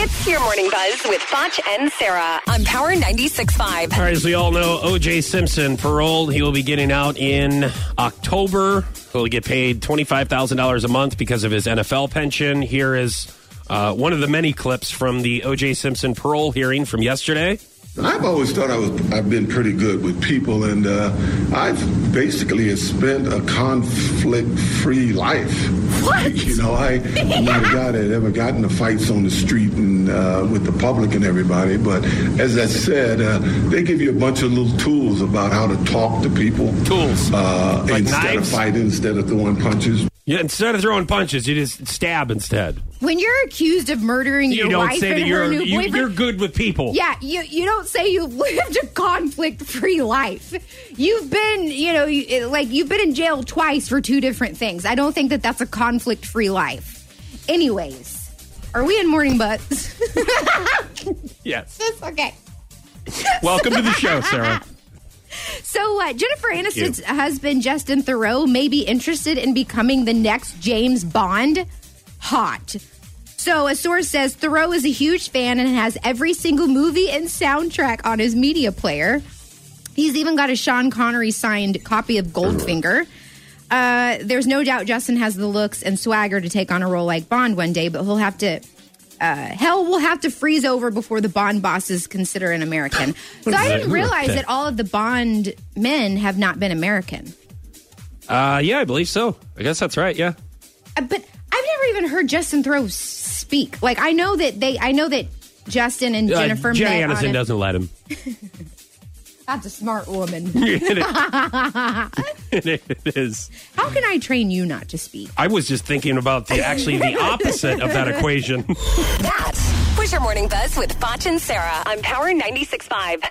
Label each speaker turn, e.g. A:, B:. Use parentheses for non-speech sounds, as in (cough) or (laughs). A: It's your morning buzz with Foch and Sarah on Power 96.5.
B: All right, as we all know, O.J. Simpson paroled. He will be getting out in October. He'll get paid $25,000 a month because of his NFL pension. Here is uh, one of the many clips from the O.J. Simpson parole hearing from yesterday.
C: I've always thought I was, I've been pretty good with people, and uh, I've basically spent a conflict-free life.
A: What?
C: You know, I,
B: (laughs)
C: I'm not a guy that ever got into fights on the street and uh, with the public and everybody. But as I said, uh, they give you a bunch of little tools about how to talk to people.
B: Tools.
C: Uh,
B: Like
C: instead
B: knives?
C: of fighting, instead of throwing punches.
B: Yeah, instead of throwing punches, you just stab instead.
D: When you're accused of murdering
B: You
D: your
B: don't
D: wife
B: say
D: and
B: that you're
D: her new
B: you,
D: boyfriend,
B: you're good with people.
D: yeah, you you don't say you've (laughs) lived a conflict-free life. You've been, you know, you, like you've been in jail twice for two different things. I don't think that that's a conflict-free life. Anyways, are we in morning butts? (laughs)
B: Yes.
D: okay.
B: Welcome
D: (laughs)
B: to the show, Sarah.
D: So uh, Jennifer Aniston's
B: you.
D: husband Justin Thoreau may be interested in becoming the next James Bond. Hot. So a source says Thoreau is a huge fan and has every single movie and soundtrack on his media player. He's even got a Sean Connery signed copy of Goldfinger. Uh, there's no doubt Justin has the looks and swagger to take on a role like Bond one day, but he'll have to. Uh, hell, we'll have to freeze over before the Bond bosses consider an American. so
B: What
D: I
B: is
D: didn't
B: that?
D: realize
B: Okay.
D: that all of the Bond men have not been American.
B: Uh, yeah, I believe so. I guess that's right. Yeah.
D: Uh, But I've never even heard Justin Thoreau speak. Like I know that they, I know that Justin and
B: Uh,
D: Jennifer.
B: Jenny
D: met on
B: Aniston
D: a-
B: doesn't let him. (laughs)
D: That's a smart woman.
B: it is.
D: How can I train you not to speak?
B: I was just thinking about the actually the opposite of that equation.
A: That was your morning buzz with Foch and Sarah on Power 96.5.